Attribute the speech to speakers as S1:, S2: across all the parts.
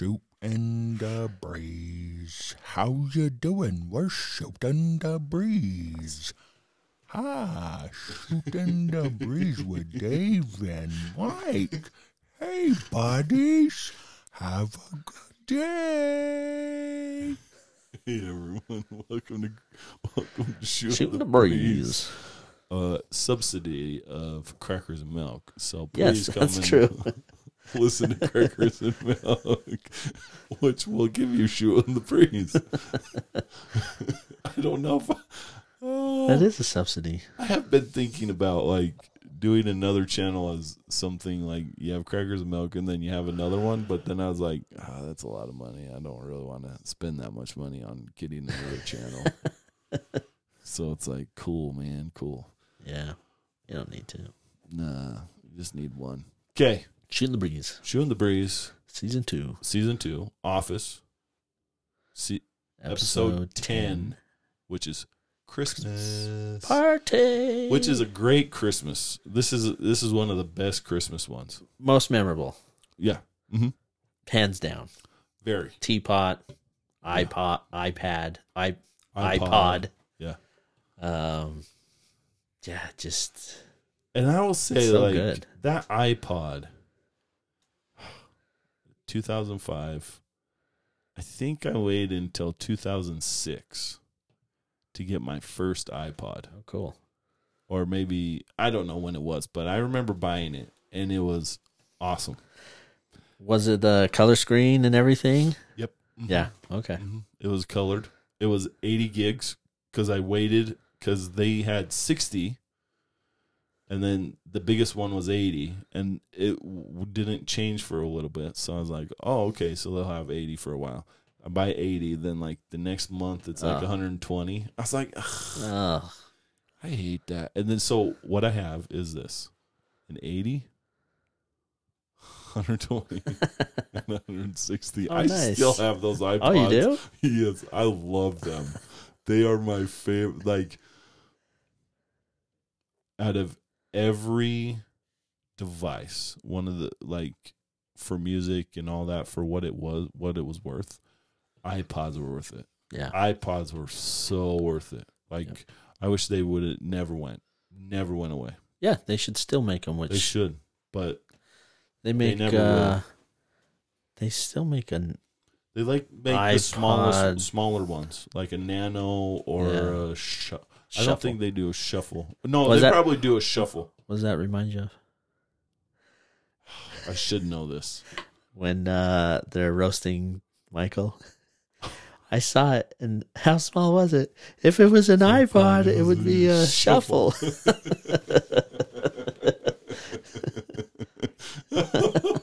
S1: shooting the breeze. How you doing? We're shooting the breeze. Hi, shooting the breeze with Dave and Mike. Hey, buddies, have a good day.
S2: Hey everyone, welcome to welcome to Shooting,
S3: Shooting the breeze.
S2: Uh, subsidy of crackers and milk. So please
S3: Yes,
S2: come
S3: that's
S2: and
S3: true.
S2: listen to crackers and milk, which will give you shooting the breeze. I don't know if I, oh,
S3: That is a subsidy.
S2: I have been thinking about like doing another channel as something like you have crackers and milk and then you have another one but then i was like ah, that's a lot of money i don't really want to spend that much money on getting another channel so it's like cool man cool
S3: Yeah. You don't need to.
S2: nah you just need one okay
S3: Shooting the breeze.
S2: shooting the breeze
S3: Season two.
S2: season 2 office se- episode, 10 which is christmas
S3: Party.
S2: which is a great Christmas. This is this is one of the best Christmas ones.
S3: most memorable.
S2: Yeah,
S3: Mm-hmm.
S2: hmm
S3: Hands down.
S2: very
S3: Teapot, iPod, iPad, i
S2: iPod.
S3: iPod.
S2: Yeah,
S3: Um yeah, just
S2: and I will say
S3: It's so
S2: like
S3: good.
S2: that iPod, 2005. I think I waited until 2006 to get my first iPod,
S3: oh cool.
S2: or maybe I don't know when it was, but I remember buying it, and it was awesome.
S3: Was it the color screen and everything?
S2: Yep.
S3: Yeah. Okay.
S2: Mhm. It was colored. It was 80 gigs because I waited because they had 60, and then the biggest one was 80, and it w- didn't change for a little bit. So I was like, oh, okay, so they'll have 80 for a while. I buy 80, then like the next month it's like
S3: Ah.
S2: 120. I was like, "Ugh,
S3: Oh,
S2: I hate that. And then so what I have is this an 80. 120 and 160.
S3: Oh,
S2: I
S3: nice.
S2: still have those iPods.
S3: oh you do?
S2: Yes, I love them. they are my favorite. Like, out of every device, one of the like for music and all that for what it was, what it was worth, iPods were worth it.
S3: Yeah.
S2: iPods were so worth it. Like,
S3: Yep.
S2: I wish they would have never went, never went away.
S3: Yeah, they should still make them which
S2: They should, but
S3: They make
S2: never
S3: uh they still make an
S2: They like make the
S3: iPod.
S2: smallest, smaller ones, like a nano or
S3: Yeah.
S2: a shu- I
S3: shuffle.
S2: don't think they do a shuffle. No, they
S3: Was that-
S2: probably do a shuffle.
S3: what does that remind you of?
S2: I should know this.
S3: When uh they're roasting Michael. I saw it and how small was it? If it was an iPod, it would be a shuffle.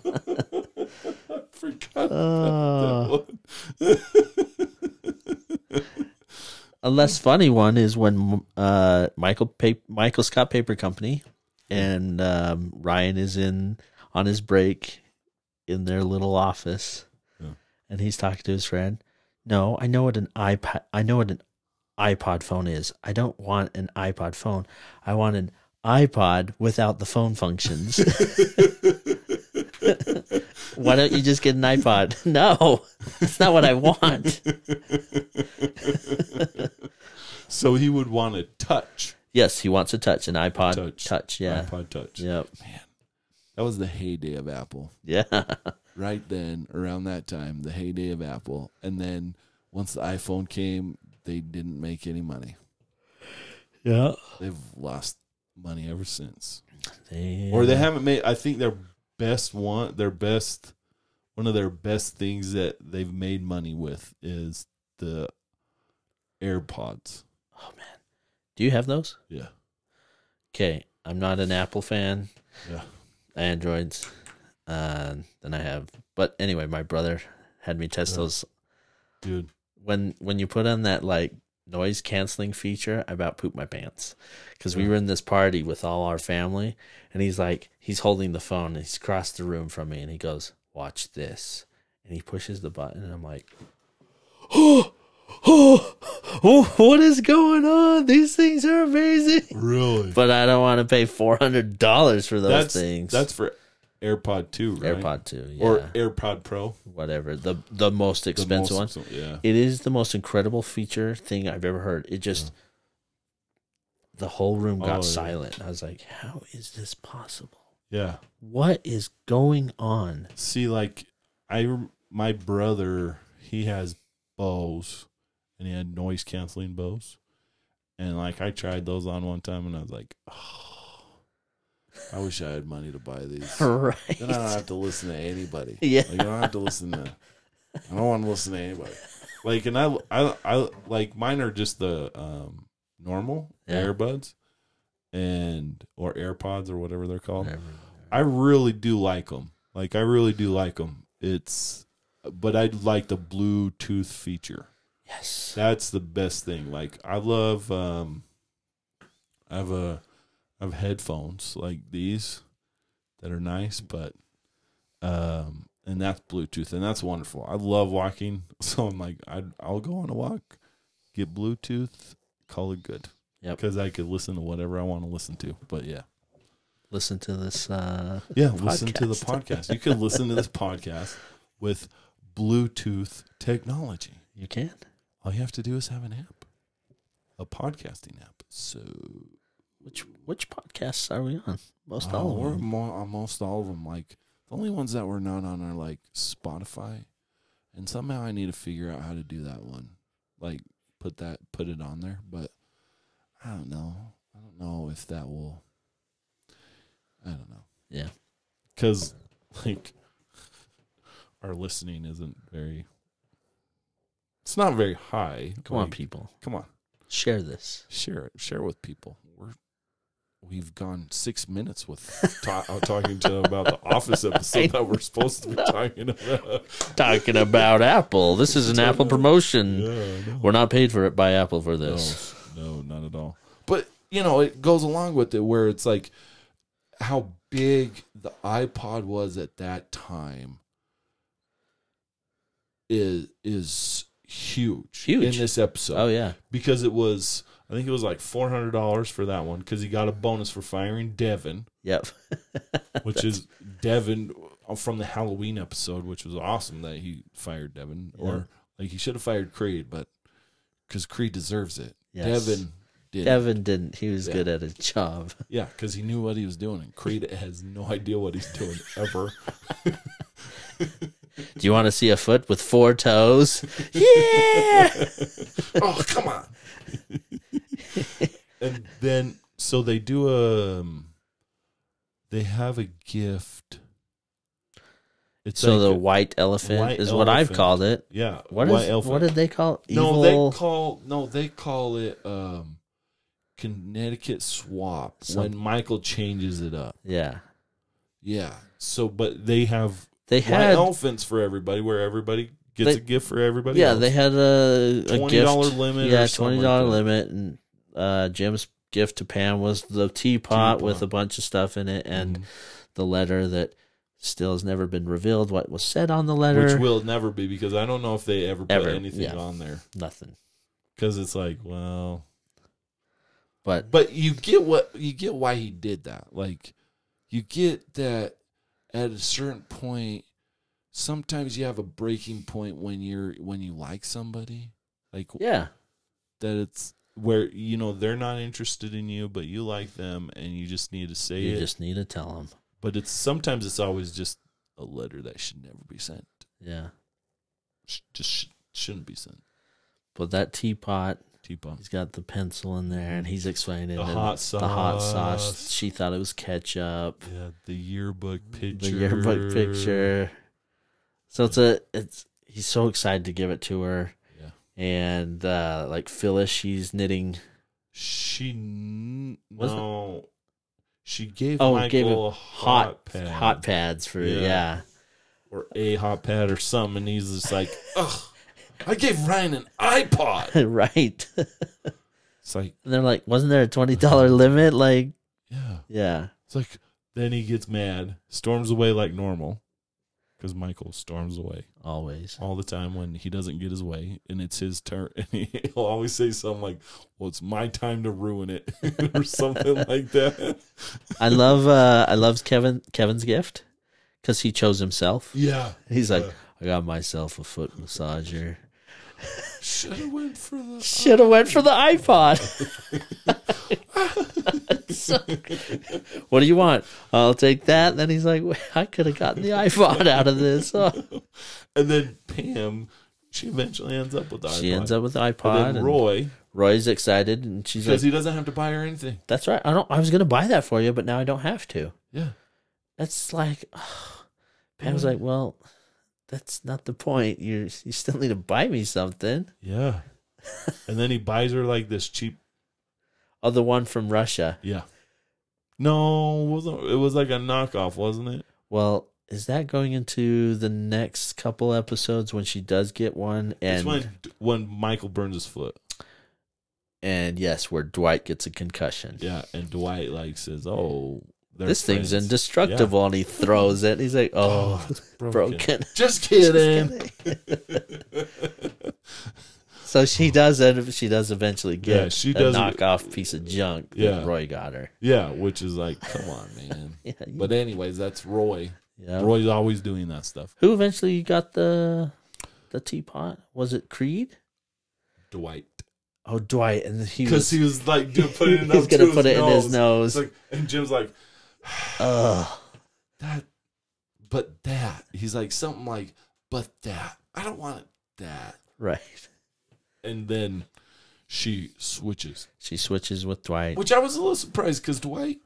S2: I forgot that
S3: Uh,
S2: one.
S3: a less funny one is when uh Michael pa- Michael Scott Paper Company and um Ryan is in on his break in their little office
S2: Yeah.
S3: and he's talking to his friend. No, I know what an iPad I know what an iPod phone is. I don't want an iPod phone. I want an iPod without the phone functions. Why don't you just get an iPod? No. That's not what I want.
S2: So he would want to touch,
S3: Yes, he wants a touch, an iPod
S2: Touch.
S3: touch. yeah.
S2: iPod touch.
S3: Yep.
S2: That was the heyday of Apple.
S3: Yeah.
S2: right then around that time the heyday of apple and then once the iphone came they didn't make any money
S3: Yeah.
S2: they've lost money ever since or they haven't made i think their best one their best one of their best things that they've made money with is the airpods
S3: Oh man. Do you have those?
S2: yeah
S3: Okay. I'm not an Apple fan.
S2: yeah
S3: Androids. Uh, then I have but anyway, my brother had me test
S2: Yeah.
S3: those
S2: dude
S3: when when you put on that like noise canceling feature, I about pooped my pants because
S2: Mm.
S3: we were in this party with all our family, and he's like, he's holding the phone, and he's across the room from me, and he goes, "Watch this," and he pushes the button, and I'm like, oh, oh, oh what is going on? These things are amazing,
S2: really
S3: but I don't want to pay four hundred dollars for those
S2: that's
S3: things.
S2: that's for AirPod 2, right?
S3: AirPod 2, yeah.
S2: Or AirPod Pro.
S3: whatever. The the most
S2: the
S3: expensive
S2: most
S3: one.
S2: expen- Yeah.
S3: It is the most incredible feature thing I've ever heard. It just the whole room got
S2: Oh, yeah.
S3: silent. I was like, "How is this possible?
S2: Yeah.
S3: What is going on?"
S2: See, like, I, rem- my brother, he has Bose and he had noise canceling Bose. And, like, I tried those on one time and I was like, oh, I wish I had money to buy these.
S3: Right?
S2: Then I don't have to listen to anybody.
S3: Yeah.
S2: Like, I don't have to listen to. I don't want to listen to anybody. Like, and I, I, I like mine are just the um, normal
S3: Yeah.
S2: earbuds, and or AirPods or whatever they're called.
S3: Whatever.
S2: I really do like them. Like, I really do like them. It's, but I like the Bluetooth feature.
S3: Yes.
S2: That's the best thing. Like I love um I have a I have headphones like these that are nice, but um and that's Bluetooth and that's wonderful. I love walking, so I'm like I I'll go on a walk, get Bluetooth, call it good.
S3: Yep.
S2: Cuz I could listen to whatever I want to listen to. But yeah.
S3: Listen to this. Uh,
S2: Yeah, listen to the
S3: Podcast.
S2: podcast. You can listen to this podcast with Bluetooth technology.
S3: you can.
S2: All you have to do is have an app, a podcasting app. So
S3: Which which podcasts are we on? Most
S2: Uh,
S3: all
S2: we're
S3: of them.
S2: mo- almost all of them. Like the only ones that we're not on are like Spotify, and somehow I need to figure out how to do that one. Like put that put it on there, but I don't know. I don't know if that will. I don't know.
S3: Yeah.
S2: because like our listening isn't very. It's not very high.
S3: Come on,
S2: Like,
S3: people,
S2: Come on.
S3: share this.
S2: share it share with people we're we've gone six minutes with ta- uh, talking to them about the office episode that we're supposed to be talking about
S3: Talking about Apple. This is an Apple promotion. We're not paid for it by Apple
S2: no,
S3: for this.
S2: no not at all but you know it goes along with it where it's like how big the ipod was at that time is is huge, in
S3: Huge.
S2: this episode
S3: Oh yeah.
S2: because it was I think it was like four hundred dollars for that one because he got a bonus for firing Devin,
S3: Yep.
S2: which is Devin uh, from the Halloween episode, which was awesome that he fired Devin
S3: Yeah.
S2: or like he should have fired Creed, but because Creed deserves it,
S3: Yes.
S2: Devin did.
S3: Evan didn't. He was
S2: Yeah.
S3: good at his job.
S2: Yeah, because he knew what he was doing, and Creed has no idea what he's doing ever.
S3: Do you want to see a foot with four toes? Yeah.
S2: oh come on and then so they do a um, they have a gift it's
S3: so
S2: like
S3: the
S2: a-
S3: white elephant
S2: white
S3: is what I've
S2: elephant.
S3: called it.
S2: yeah
S3: What
S2: white
S3: is-
S2: elephant.
S3: What did they call it?
S2: no
S3: Evil-
S2: they call no they call it um connecticut swap
S3: Some-
S2: when michael changes it up
S3: yeah.
S2: yeah so but they have
S3: They
S2: white
S3: had.
S2: elephants for everybody where everybody gets
S3: They-
S2: a gift for everybody
S3: Yeah,
S2: else.
S3: they had a, a gift.
S2: $20 limit or
S3: Yeah,
S2: something
S3: twenty
S2: like
S3: dollar
S2: that.
S3: limit, and uh, Jim's gift to Pam was the teapot,
S2: Teapot.
S3: with a bunch of stuff in it, and
S2: Mhm.
S3: the letter that still has never been revealed. What was said on the letter?
S2: which will never be because i don't know if they ever put
S3: Ever,
S2: anything
S3: yeah.
S2: on there
S3: Nothing.
S2: because it's like well
S3: But
S2: but you get what you get why he did that like you get that at a certain point sometimes you have a breaking point when you're when you like somebody like
S3: yeah,
S2: that it's where you know they're not interested in you but you like them and you just need to say
S3: you
S2: it
S3: just need to tell him.
S2: but it's sometimes it's always just a letter that should never be sent
S3: Yeah.
S2: Sh- just sh- shouldn't be sent
S3: But that teapot
S2: t-pump
S3: He's got the pencil in there, and he's explaining
S2: The
S3: it.
S2: hot
S3: The hot sauce.
S2: sauce.
S3: She thought it was ketchup.
S2: yeah the yearbook picture
S3: The yearbook picture. So it's a it's. He's so excited to give it to her,
S2: yeah
S3: and uh like Phyllis, she's knitting.
S2: She n-
S3: Was it-
S2: no. She gave
S3: Oh,
S2: Michael
S3: gave him
S2: a
S3: hot
S2: hot pad,
S3: hot pads for yeah.
S2: Yeah. or a hot pad or something, and he's just like, "Ugh, I gave Ryan an iPod."
S3: right. and
S2: It's like,
S3: they're like, wasn't there a twenty dollar limit? Like,
S2: yeah.
S3: yeah,
S2: It's like then he gets mad, storms away like normal, because Michael storms away
S3: always.
S2: all the time when he doesn't get his way, and it's his turn, and he'll always say something like, "Well, it's my time to ruin it," or something like that.
S3: I love uh I love Kevin Kevin's gift. because he chose himself.
S2: Yeah.
S3: He's like,
S2: Yeah.
S3: I got myself a foot massager.
S2: Should have went for the.
S3: Should have went for the iPod. what do you want? I'll take that. Then he's like, I could have gotten the iPod out of this. Oh.
S2: And then Pam, she eventually ends up with the
S3: She
S2: iPod.
S3: ends up with the
S2: And
S3: iPod.
S2: then
S3: and
S2: Roy
S3: Roy's excited, and she's like,
S2: says he doesn't have to buy her anything.
S3: "That's right. I don't. I was gonna buy that for you, but now I don't have to."
S2: Yeah.
S3: That's like, Pam's like, "Well, that's not the point. You you still need to buy me something."
S2: Yeah. and then he buys her like this cheap.
S3: Oh, the one from Russia.
S2: Yeah. No, it wasn't it was like a knockoff, wasn't it?
S3: Well, is that going into the next couple episodes when she does get one?
S2: it's
S3: And
S2: when when Michael burns his foot.
S3: and yes, where Dwight gets a concussion.
S2: Yeah, and Dwight like says, "Oh, they're
S3: this thing's
S2: friends."
S3: indestructible, and he throws it. He's like, "Oh,
S2: it's
S3: broken."
S2: Just kidding.
S3: So she does end. She does eventually get
S2: Yeah, she
S3: a
S2: does-
S3: knockoff piece of junk that
S2: Yeah.
S3: Roy got her.
S2: yeah, which is like, come on, man.
S3: Yeah,
S2: But anyways, that's Roy.
S3: yeah.
S2: Roy's always doing that stuff.
S3: Who eventually got the the teapot? Was it Creed?
S2: Dwight,
S3: Oh, Dwight, and he
S2: because
S3: was.
S2: he was like do- putting it
S3: he's
S2: up
S3: gonna
S2: to
S3: put
S2: his
S3: it
S2: nose.
S3: in his nose.
S2: It's like- and Jim's like
S3: Ugh.
S2: that, but that. He's like something like, but that. I don't want that.
S3: right.
S2: And then she switches,
S3: She switches with Dwight.
S2: which I was a little surprised because Dwight.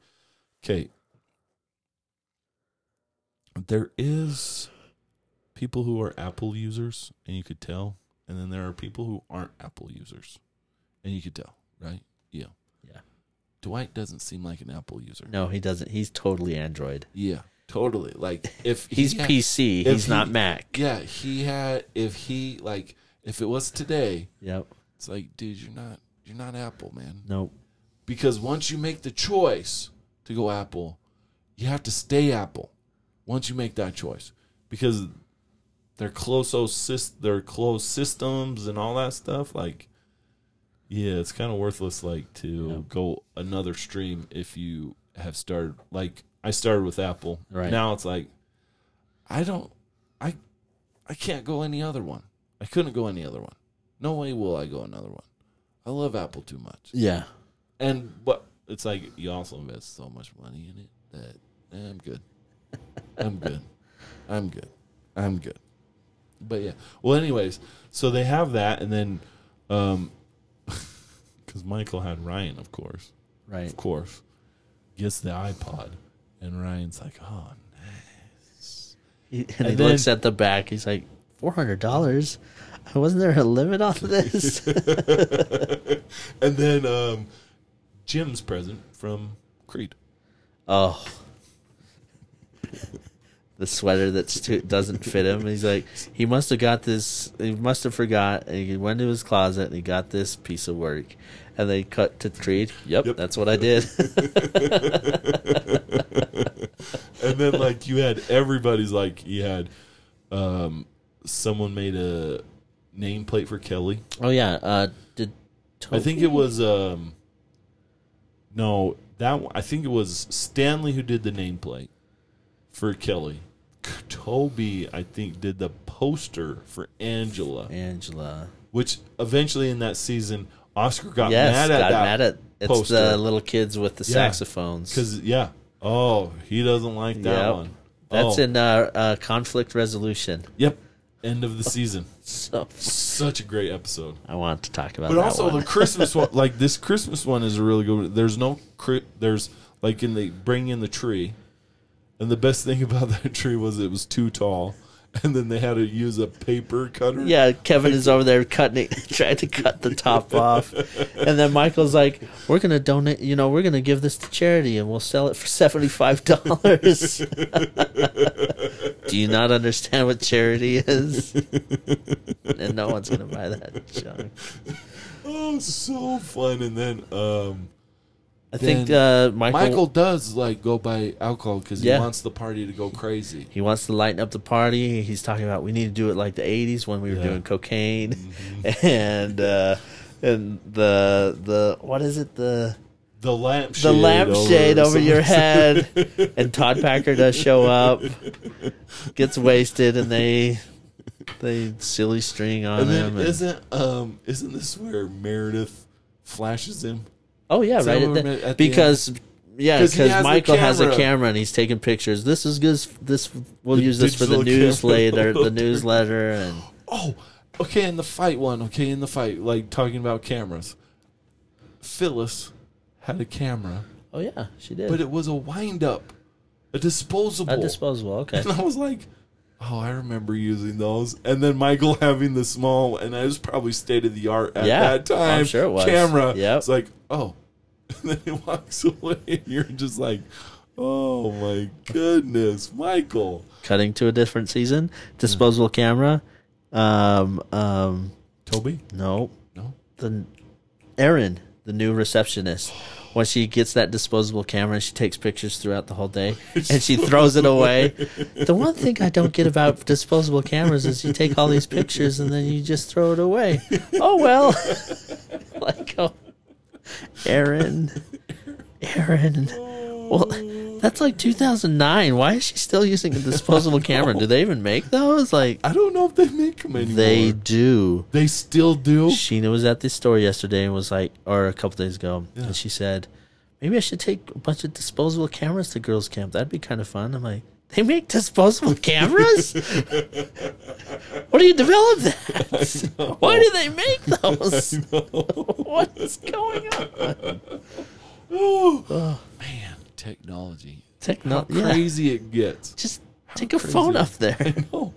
S2: Okay, there is people who are Apple users, and you could tell, and then there are people who aren't Apple users, and you could tell, right? Yeah.
S3: Yeah.
S2: Dwight doesn't seem like an Apple user.
S3: No, he doesn't. He's totally Android.
S2: Yeah, totally. Like if he
S3: He's
S2: had-
S3: PC.
S2: if
S3: He's
S2: he-
S3: not Mac.
S2: Yeah, he had. If he like, if it was today,
S3: Yep.
S2: it's like, dude, you're not, you're not Apple, man.
S3: Nope.
S2: Because once you make the choice to go Apple, you have to stay Apple. Once you make that choice, because their close sys, their closed systems and all that stuff, like. Yeah, it's kind of worthless like to
S3: Yeah.
S2: go another stream if you have started like I started with Apple.
S3: Right.
S2: Now it's like I don't I I can't go any other one. I couldn't go any other one. No way will I go another one. I love Apple too much.
S3: Yeah.
S2: And but it's like you also invest so much money in it that eh, I'm good. I'm good. I'm good. I'm good. But yeah. Well, anyways, so they have that, and then, um, because Michael had Ryan, of course,
S3: Right.
S2: of course, gets the iPod, and Ryan's like, oh,
S3: He, and, he
S2: And then-
S3: looks at the back. He's like, four hundred dollars. Wasn't there a limit on this?
S2: and then um, Jim's present from Creed.
S3: oh, the sweater that's too doesn't fit him. He's like, he must have got this. He must have forgot. And he went to his closet and he got this piece of work. And they cut to Creed. Yep,
S2: Yep.
S3: that's what I did.
S2: and then like you had everybody's like you had um someone made a nameplate for Kelly.
S3: oh yeah. Uh, did
S2: I think it was um no, that one, I think it was Stanley who did the nameplate for Kelly. Toby, I think, did the poster for Angela,
S3: Angela.
S2: which eventually in that season, Oscar got
S3: yes,
S2: mad at
S3: got
S2: that
S3: mad at it's
S2: poster.
S3: the little kids with the
S2: Yeah.
S3: saxophones.
S2: Because yeah, oh, he doesn't like that
S3: Yep.
S2: one.
S3: That's
S2: Oh,
S3: in uh, uh, conflict resolution.
S2: Yep, end of the season.
S3: So
S2: Such a great episode.
S3: I want to talk about
S2: But
S3: that
S2: also
S3: one.
S2: the Christmas one, like this Christmas one is a really good. one. There's no, cri- there's like in the bring in the tree, and the best thing about that tree was it was too tall, and then they had to use a paper cutter.
S3: yeah, Kevin is over there cutting it, trying to cut the top off, and then Michael's like, "We're gonna donate, you know, we're gonna give this to charity, and we'll sell it for seventy five dollars." Do you not understand what charity is? and no one's gonna buy that junk.
S2: Oh, so fun! And then um,
S3: I think uh,
S2: Then
S3: Michael,
S2: Michael does like go by alcohol because he
S3: Yeah.
S2: wants the party to go crazy.
S3: He wants to lighten up the party. He's talking about we need to do it like the '80s when we were
S2: Yeah. Mm-hmm.
S3: doing cocaine, and uh, and the the what is it the
S2: the lampshade.
S3: the lampshade over, your
S2: someone's-
S3: head, and Todd Packer does show up, gets wasted, and they they silly string on
S2: And
S3: him.
S2: then
S3: and-
S2: isn't um isn't this where Meredith flashes him?
S3: oh yeah,
S2: is that what
S3: right at
S2: we
S3: the-
S2: meant at the end?
S3: because yeah,
S2: 'Cause he
S3: because
S2: has the
S3: Michael has a
S2: camera.
S3: camera and he's taking pictures. This is good. This we'll
S2: The
S3: use this for the
S2: digital camera
S3: news later, the
S2: filter.
S3: newsletter, and
S2: Oh, okay. In the fight one, okay. In the fight, like talking about cameras. Phyllis had a camera,
S3: oh yeah, she did.
S2: but it was a wind up, a disposable.
S3: a disposable. Okay,
S2: And I was like, oh, I remember using those. And then Michael having the small, and I was probably state of the art at
S3: Yeah,
S2: that time.
S3: I'm sure it was.
S2: Camera.
S3: Yep.
S2: It's like, oh. And then he walks away, and you're just like, oh my goodness, Michael.
S3: cutting to a different season. Disposable camera. Um, um,
S2: Toby?
S3: no,
S2: No.
S3: the Erin, the new receptionist, when she gets that disposable camera, she takes pictures throughout the whole day and she throws it away. The one thing I don't get about disposable cameras is you take all these pictures and then you just throw it away. Oh well. like oh Erin. Erin. Well that's like 2009. Why is she still using a disposable camera? Do they even make those? Like
S2: I don't know if they make them anymore.
S3: they
S2: They,
S3: do.
S2: they still do.
S3: Sheena was at the store yesterday and was like, or a couple days ago, and she said, maybe I should take a bunch of disposable cameras to girls' camp. That'd be kind of fun. I'm like, they make disposable cameras? Where do you develop that? Why do they make those? what is going on?
S2: Oh, man, technology. How
S3: Technology. Yeah,
S2: crazy it gets.
S3: just take a phone
S2: crazy.
S3: up there.
S2: No,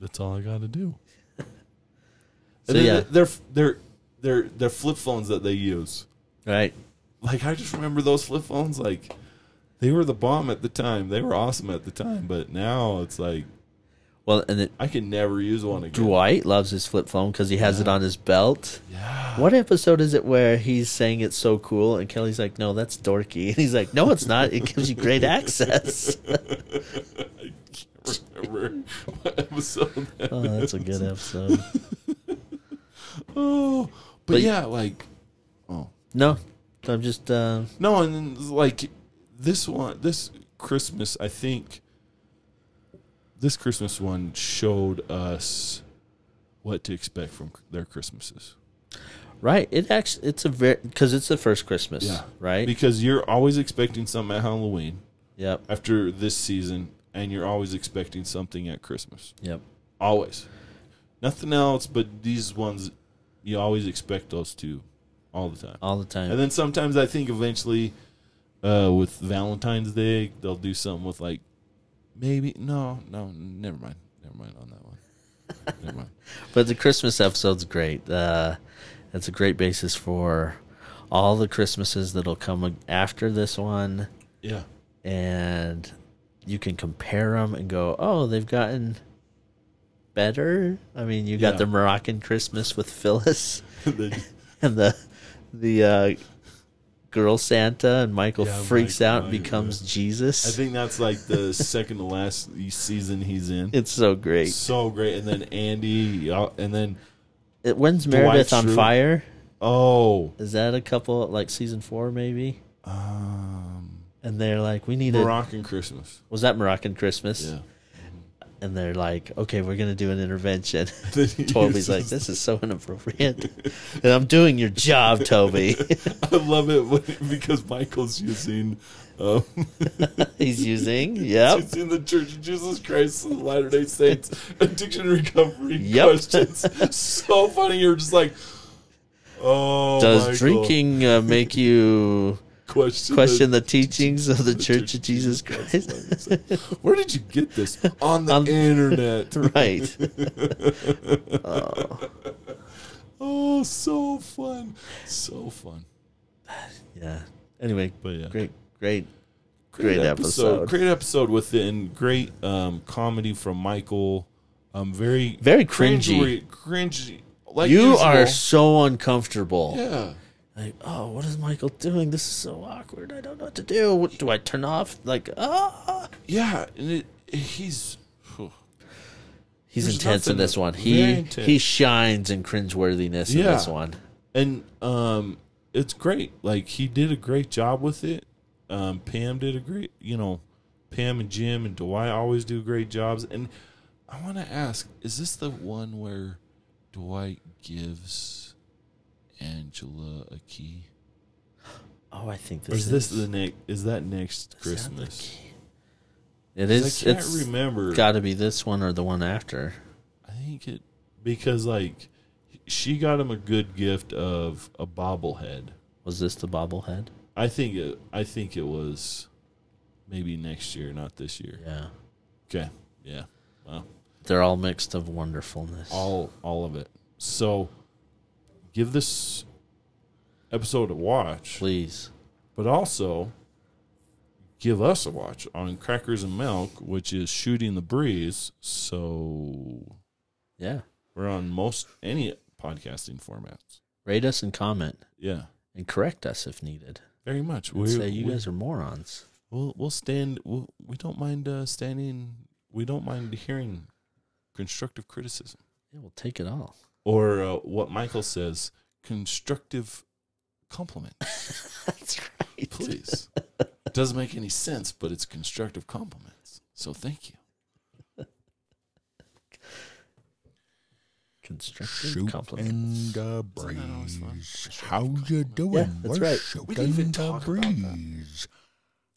S2: that's all I got to do.
S3: So,
S2: and then
S3: yeah.
S2: they're they're they're they're flip phones that they use.
S3: right.
S2: Like I just remember those flip phones. Like they were the bomb at the time. They were awesome at the time. But now it's like
S3: Well, and then
S2: I can never use one again.
S3: Dwight loves his flip phone because he has it on his belt.
S2: Yeah.
S3: What episode is it where he's saying it's so cool and Kelly's like, no, that's dorky? And he's like, no, it's not. It gives you great access.
S2: I can't remember what episode. That
S3: Oh, that's a good episode.
S2: Oh, but,
S3: But-
S2: yeah, like oh
S3: No, I'm just, uh,
S2: no, and then, like this one, this Christmas, I think this Christmas one showed us what to expect from their Christmases.
S3: right. It actually, it's a very, because it's the first Christmas,
S2: Yeah.
S3: right?
S2: Because you're always expecting something at Halloween
S3: yep.
S2: after this season, and you're always expecting something at Christmas.
S3: Yep.
S2: Always. Nothing else, but these ones, you always expect those two all the time.
S3: All the time.
S2: And then sometimes I think eventually, uh, with Valentine's Day, they'll do something with like, maybe, no, no, never mind. Never mind on that one. never mind.
S3: But the Christmas episode's great. Uh, it's a great basis for all the Christmases that'll come after this one.
S2: Yeah.
S3: and you can compare them and go, oh, they've gotten better. I mean, you got
S2: Yeah.
S3: the Moroccan Christmas with Phyllis
S2: They-
S3: and the the uh, girl Santa, and Michael
S2: Yeah,
S3: freaks
S2: Michael,
S3: out and
S2: Michael,
S3: becomes
S2: yeah.
S3: Jesus.
S2: I think that's like the second to last season he's in.
S3: it's so great.
S2: so great. And then Andy, uh, and then
S3: It, when's
S2: Dwight
S3: Meredith on
S2: Schrute.
S3: fire?
S2: oh,
S3: Is that a couple like season four maybe?
S2: um,
S3: And they're like, we need a.
S2: Moroccan Christmas.
S3: Was that Moroccan Christmas?
S2: Yeah,
S3: And they're like, okay, we're gonna do an intervention.
S2: Then he
S3: Toby's
S2: uses-
S3: like, this is so inappropriate. and I'm doing your job, Toby.
S2: I love it when, because Michael's using, um,
S3: He's using, yep.
S2: using the Church of Jesus Christ of Latter Day Saints addiction recovery
S3: Yep.
S2: questions. so funny. You're just like, oh,
S3: Does
S2: Michael.
S3: drinking uh, make you
S2: question
S3: question
S2: the-
S3: the teachings of the Church of Jesus Christ?
S2: Where did you get this on the
S3: On-
S2: internet?
S3: right.
S2: Oh, so fun, so fun.
S3: Yeah. Anyway,
S2: But yeah.
S3: great, great. Great episode.
S2: Great episode within great um, comedy from Michael. Um, very
S3: Very cringy.
S2: cringy. cringy. Like
S3: You
S2: usual.
S3: are so uncomfortable.
S2: yeah.
S3: Like, oh, what is Michael doing? This is so awkward. I don't know what to do. What, do I turn off? Like, ah.
S2: Yeah, and it, he's phew.
S3: He's
S2: There's
S3: intense in
S2: nothing-
S3: this one.
S2: very
S3: He
S2: intense.
S3: he shines in cringeworthiness in
S2: Yeah.
S3: this one.
S2: and um it's great. Like he did a great job with it. Um, Pam did a great, you know, Pam and Jim and Dwight always do great jobs. And I want to ask, is this the one where Dwight gives Angela a key?
S3: Oh, I think
S2: Or
S3: this
S2: is
S3: is,
S2: this the next? Is that next
S3: is that the
S2: Christmas?
S3: kid? It
S2: 'Cause
S3: is.
S2: I can't
S3: It's
S2: remember.
S3: got to be this one or the one after.
S2: I think it because like she got him a good gift of a bobblehead.
S3: Was this the bobblehead?
S2: I think it. I think it was maybe next year, not this year.
S3: Yeah,
S2: Okay. Yeah. Wow.
S3: they're all mixed of wonderfulness.
S2: All all of it. So give this episode a watch,
S3: please.
S2: but also give us a watch on Crackers and Milk, which is shooting the breeze. So
S3: Yeah,
S2: we're on most any podcasting formats.
S3: rate us and comment
S2: Yeah.
S3: and correct us if needed.
S2: Very much.
S3: And
S2: We
S3: say you
S2: we-
S3: guys are morons.
S2: we'll we'll stand. We'll, we don't mind uh, standing. We don't mind hearing constructive criticism.
S3: Yeah, we'll take it all.
S2: or uh, what Michael says, constructive compliment,
S3: That's right.
S2: please. Doesn't make any sense, but it's constructive compliments. So thank you.
S3: Constructive
S1: Shoot
S3: compliment.
S1: in the
S2: Isn't that always fun?
S1: breeze.
S2: Shoot
S1: How
S2: in the
S1: you
S2: compliment.
S1: doing?
S3: Yeah, that's
S1: We're
S3: right.
S1: shooting
S2: We didn't even talk
S1: the
S2: about that.
S1: breeze.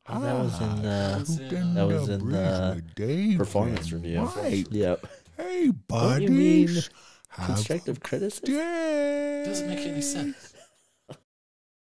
S3: Oh, that was
S1: Ah,
S3: in, uh,
S2: That was in,
S1: shooting
S3: that was in
S1: breeze
S3: the
S1: with Dave
S3: Performance
S1: and
S3: review.
S1: Mike.
S3: Yep.
S1: Hey,
S3: you mean
S1: buddies. Have
S3: Constructive criticism.
S1: day.
S2: Doesn't make any sense.